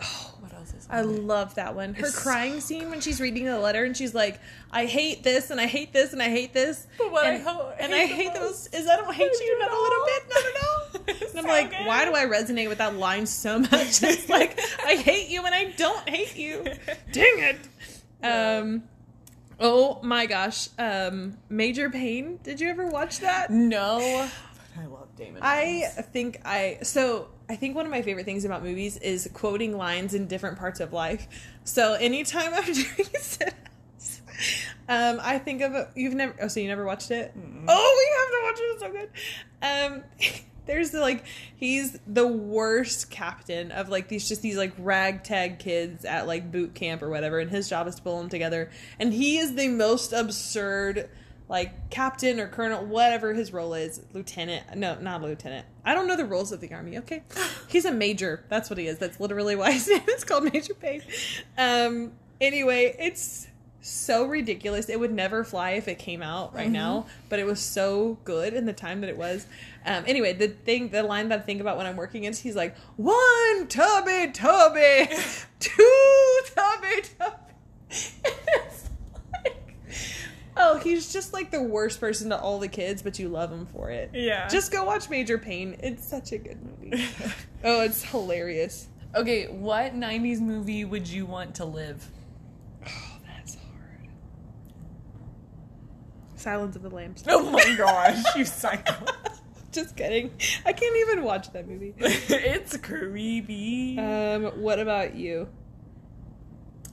Speaker 3: Oh, what else is
Speaker 1: I
Speaker 3: on there?
Speaker 1: love that one. Her
Speaker 3: It's so
Speaker 1: crying scene when she's reading the letter and she's like, "I hate this and I hate this and I hate this."
Speaker 3: But what I
Speaker 1: and,
Speaker 3: ho-
Speaker 1: and
Speaker 3: hate
Speaker 1: I
Speaker 3: the
Speaker 1: hate those
Speaker 3: most
Speaker 1: is I don't hate
Speaker 3: is
Speaker 1: you
Speaker 3: you
Speaker 1: not a
Speaker 3: know?
Speaker 1: little bit, not at all.
Speaker 3: (laughs) It's
Speaker 1: And I'm
Speaker 3: so
Speaker 1: like,
Speaker 3: good.
Speaker 1: why do I resonate with that line so much? (laughs) It's like I hate you and I don't hate
Speaker 3: (laughs)
Speaker 1: you. Dang it. Um. Oh my gosh. Um. Major Pain. Did you ever watch that?
Speaker 3: No. But (sighs) I love Damon.
Speaker 1: I think I so I think one of my favorite things about movies is quoting lines in different parts of life. So anytime (laughs) I'm doing sit-ups, um, I think of a, you've never oh so you never watched it. Oh, we have to watch it. It's so good. Um, (laughs) There's the, like he's the worst captain of like these just these like ragtag kids at like boot camp or whatever, and his job is to pull them together. And he is the most absurd like captain or colonel, whatever his role is, lieutenant. No, not lieutenant. I don't know the rules of the army. Okay, he's a major. That's what he is. That's literally why his (laughs) name is called Major Payne. Um. Anyway, it's so ridiculous. It would never fly if it came out right now, but it was so good in the time that it was. Um, anyway, the thing, the line that I think about when I'm working is he's like, one tubby tubby, two tubby tubby. (laughs) And it's like, oh, he's just like the worst person to all the kids, but you love him for it.
Speaker 3: Yeah.
Speaker 1: Just go watch Major Pain. It's such a good (laughs) movie. oh, it's hilarious.
Speaker 3: (laughs) Okay, what 90s movie would you want to live?
Speaker 1: Oh, that's hard. Silence of the Lambs.
Speaker 3: Oh my gosh, you psycho.
Speaker 1: (laughs)
Speaker 3: (laughs)
Speaker 1: Just kidding. I can't even watch that movie.
Speaker 3: it's creepy. Uh,
Speaker 1: Um, what about you?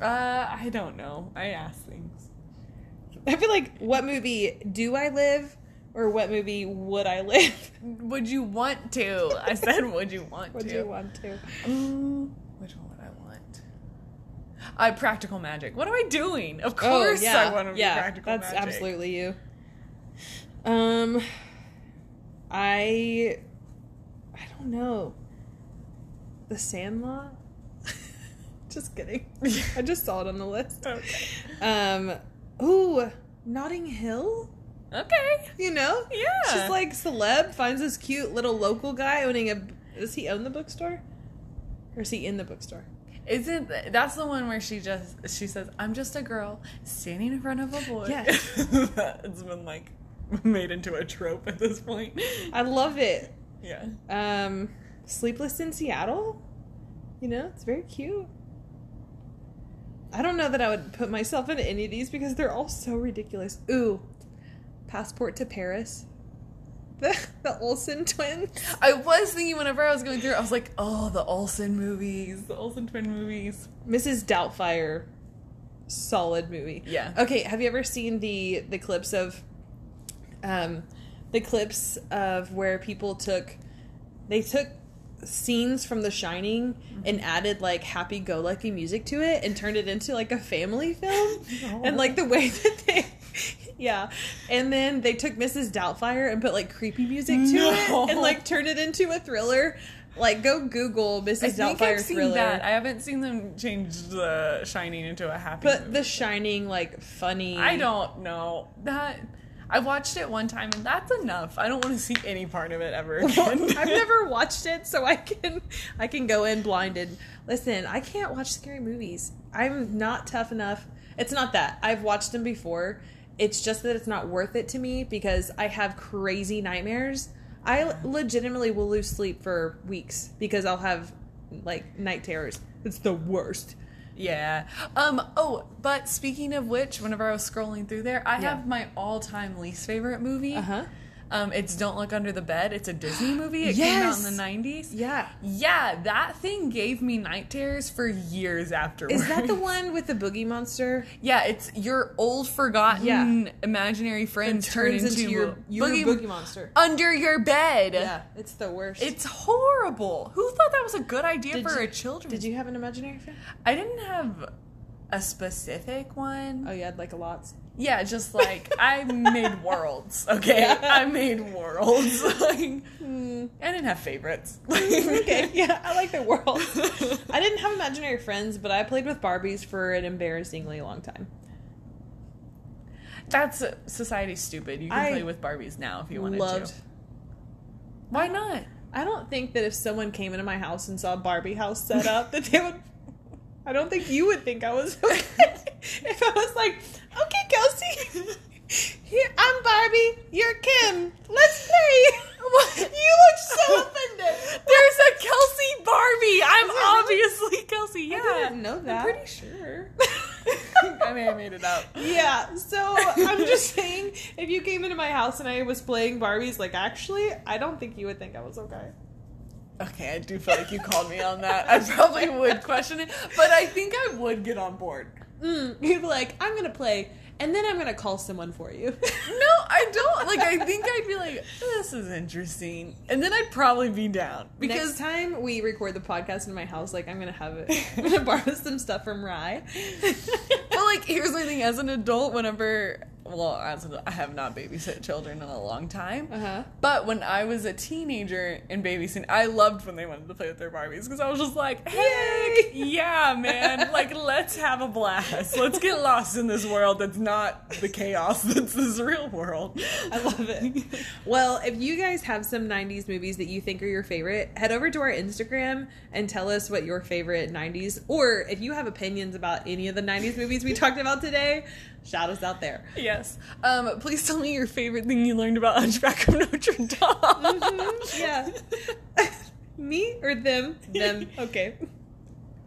Speaker 3: Uh, I don't know. I ask things.
Speaker 1: I feel like what movie do I live or what movie would I live? (laughs)
Speaker 3: Would you want to? I said, would you want
Speaker 1: Would
Speaker 3: to?
Speaker 1: you want to?
Speaker 3: Mm, which one would I want? Uh, practical magic. What am I doing? Of course I want to be practical
Speaker 1: Oh, that's
Speaker 3: magic.
Speaker 1: absolutely you. Um, I, I don't know. The Sandlot. (laughs) just kidding. (laughs) I just saw it on the list.
Speaker 3: Okay.
Speaker 1: Um, ooh, Notting Hill.
Speaker 3: (laughs) Okay.
Speaker 1: You know,
Speaker 3: Yeah.
Speaker 1: she's like celeb finds this cute little local guy owning a. Does he own the bookstore? Or is he in the bookstore?
Speaker 3: Is it that's the one where she just she says, I'm just a girl standing in front of a boy.
Speaker 1: Yes.
Speaker 3: (laughs) that's been like made into a trope at this point.
Speaker 1: (laughs) I love it.
Speaker 3: Yeah.
Speaker 1: Um, Sleepless in Seattle. You know, it's very cute. I don't know that I would put myself in any of these because they're all so ridiculous. Ooh, Passport to Paris. (laughs) The the Olsen twins.
Speaker 3: I was thinking whenever I was going through, I was like, oh, the Olsen movies, the Olsen twin movies.
Speaker 1: Mrs. Doubtfire. Solid movie.
Speaker 3: Yeah.
Speaker 1: Okay, have you ever seen the the clips of um the clips of where people took they took scenes from The Shining
Speaker 3: Mm-hmm.
Speaker 1: and added like happy go lucky music to it and turned it into like a
Speaker 3: (laughs)
Speaker 1: family film. And like the way that they (laughs) Yeah. And then they took Mrs. Doubtfire and put like creepy music to
Speaker 3: No.
Speaker 1: it and like turned it into a thriller. Like go Google Mrs.
Speaker 3: I
Speaker 1: Doubtfire
Speaker 3: think I've seen
Speaker 1: thriller.
Speaker 3: that. I haven't seen them change the Shining into a happy.
Speaker 1: But
Speaker 3: movie.
Speaker 1: The Shining, like funny.
Speaker 3: I don't know that. I watched it one time, and that's enough. I don't want to see any part of it ever again.
Speaker 1: (laughs)
Speaker 3: (laughs)
Speaker 1: I've never watched it, so I can I can go in blinded. Listen, I can't watch scary movies. I'm not tough enough. It's not that I've watched them before. It's just that it's not worth it to me because I have crazy nightmares. I legitimately will lose sleep for weeks because I'll have like night terrors. It's the worst.
Speaker 3: Yeah. Um. Oh, but speaking of which, whenever I was scrolling through there, I have my all-time least favorite movie.
Speaker 1: Uh-huh.
Speaker 3: Um. It's Don't Look Under the Bed. It's a Disney movie. It came out in
Speaker 1: Yes!
Speaker 3: the nineties.
Speaker 1: Yeah.
Speaker 3: Yeah, that thing gave me night terrors for years afterwards.
Speaker 1: Is that the one with the boogie monster?
Speaker 3: (laughs) Yeah, it's your old forgotten
Speaker 1: Yeah.
Speaker 3: imaginary friends turn
Speaker 1: turns into your, your
Speaker 3: boogie,
Speaker 1: boogie monster.
Speaker 3: under your bed.
Speaker 1: Yeah, it's the worst.
Speaker 3: It's horrible. Who thought that was a good idea
Speaker 1: Did
Speaker 3: for
Speaker 1: you-
Speaker 3: a children?
Speaker 1: Did you have an imaginary friend?
Speaker 3: I didn't have a specific one.
Speaker 1: Oh, you had like a lot.
Speaker 3: Yeah, just like
Speaker 1: (laughs)
Speaker 3: I made worlds. Okay,
Speaker 1: Yeah.
Speaker 3: I made worlds. (laughs) like, I didn't have favorites.
Speaker 1: Hmm. (laughs) okay, yeah, I like the (laughs) world. I didn't have imaginary friends, but I played with Barbies for an embarrassingly long time.
Speaker 3: That's society stupid. You can
Speaker 1: I
Speaker 3: play with Barbies now if you wanted
Speaker 1: Loved.
Speaker 3: to. Why
Speaker 1: (laughs)
Speaker 3: not?
Speaker 1: I don't think that if someone came into my house and saw a Barbie house set up, that they would. I don't think you would think I was (laughs) okay. if I was like, okay, Kelsey, (laughs) here I'm Barbie, you're Kim, let's play. you look
Speaker 3: (laughs)
Speaker 1: so offended.
Speaker 3: There's a Kelsey Barbie. I'm
Speaker 1: Is it really?
Speaker 3: obviously Kelsey. Yeah,
Speaker 1: I didn't know that.
Speaker 3: I'm pretty sure. (laughs) I may have made it up.
Speaker 1: (laughs) Yeah, so I'm just saying, if you came into my house and I was playing Barbies, like actually, I don't think you would think I was okay.
Speaker 3: Okay, I do feel like you called me on that. I probably would question it, but I think I would get on board.
Speaker 1: Mm, you'd be like, I'm gonna play and then I'm gonna call someone for (laughs) you.
Speaker 3: No, I don't. Like, I think I'd be like, this is interesting. And then I'd probably be down.
Speaker 1: Next
Speaker 3: Because
Speaker 1: time we record the podcast in my house, like I'm gonna have (laughs) it. I'm gonna borrow some stuff from (laughs) Rye.
Speaker 3: But like, here's my thing: as an adult, whenever well, as an, I have not babysat children in a long time,
Speaker 1: Uh-huh.
Speaker 3: but when I was a teenager and babysitting, I loved when they wanted to play with their Barbies because I was just like, heck yeah, man! like, let's have a blast. Let's get lost in this world that's not the chaos (laughs) that's this real world.
Speaker 1: (laughs) I love it. Well, if you guys have some 90s movies that you think are your favorite, head over to our Instagram and tell us what your favorite 90s, or if you have opinions about any of the 90s movies we talked about today, shout us out there. (laughs)
Speaker 3: Yes. Um, please tell me your favorite thing you learned about Hunchback of Notre Dame.
Speaker 1: Mm-hmm. Yeah. Me or them? Them. (laughs) Okay.
Speaker 3: (laughs)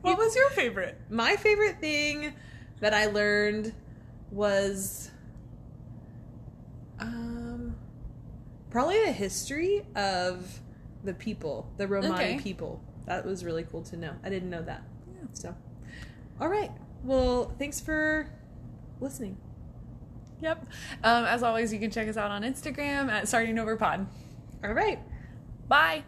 Speaker 3: What was your favorite?
Speaker 1: My favorite thing that I learned was um, probably the history of the people, the Romani
Speaker 3: Okay.
Speaker 1: people. That was really cool to know. I didn't know that. So, all right. Well, thanks for listening.
Speaker 3: Yep. Um, as always, you can check us out on Instagram at Starting Over Pod.
Speaker 1: All right.
Speaker 3: Bye.